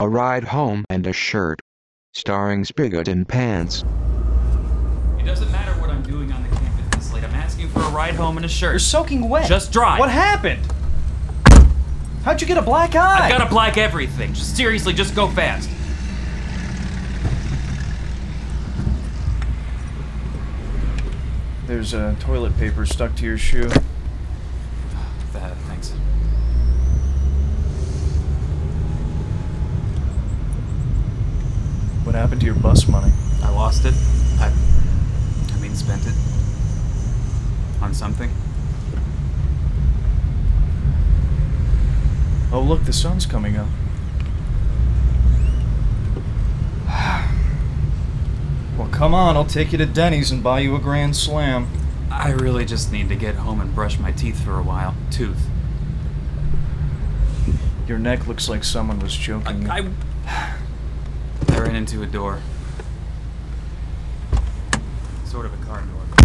A Ride Home and a Shirt. Starring Spigot and Pants. It doesn't matter what I'm doing on the campus this late. I'm asking for a ride home in a You're shirt. soaking wet. Just dry. What happened? How'd you get a black eye? I gotta black everything. Just seriously, just go fast. There's uh, toilet paper stuck to your shoe. Uh, thanks. What happened to your bus money? I lost it. I, I mean, spent it on something. Oh, look, the sun's coming up. well, come on, I'll take you to Denny's and buy you a Grand Slam. I really just need to get home and brush my teeth for a while. Tooth. Your neck looks like someone was choking you. I, I, I ran into a door. Sort of a car door.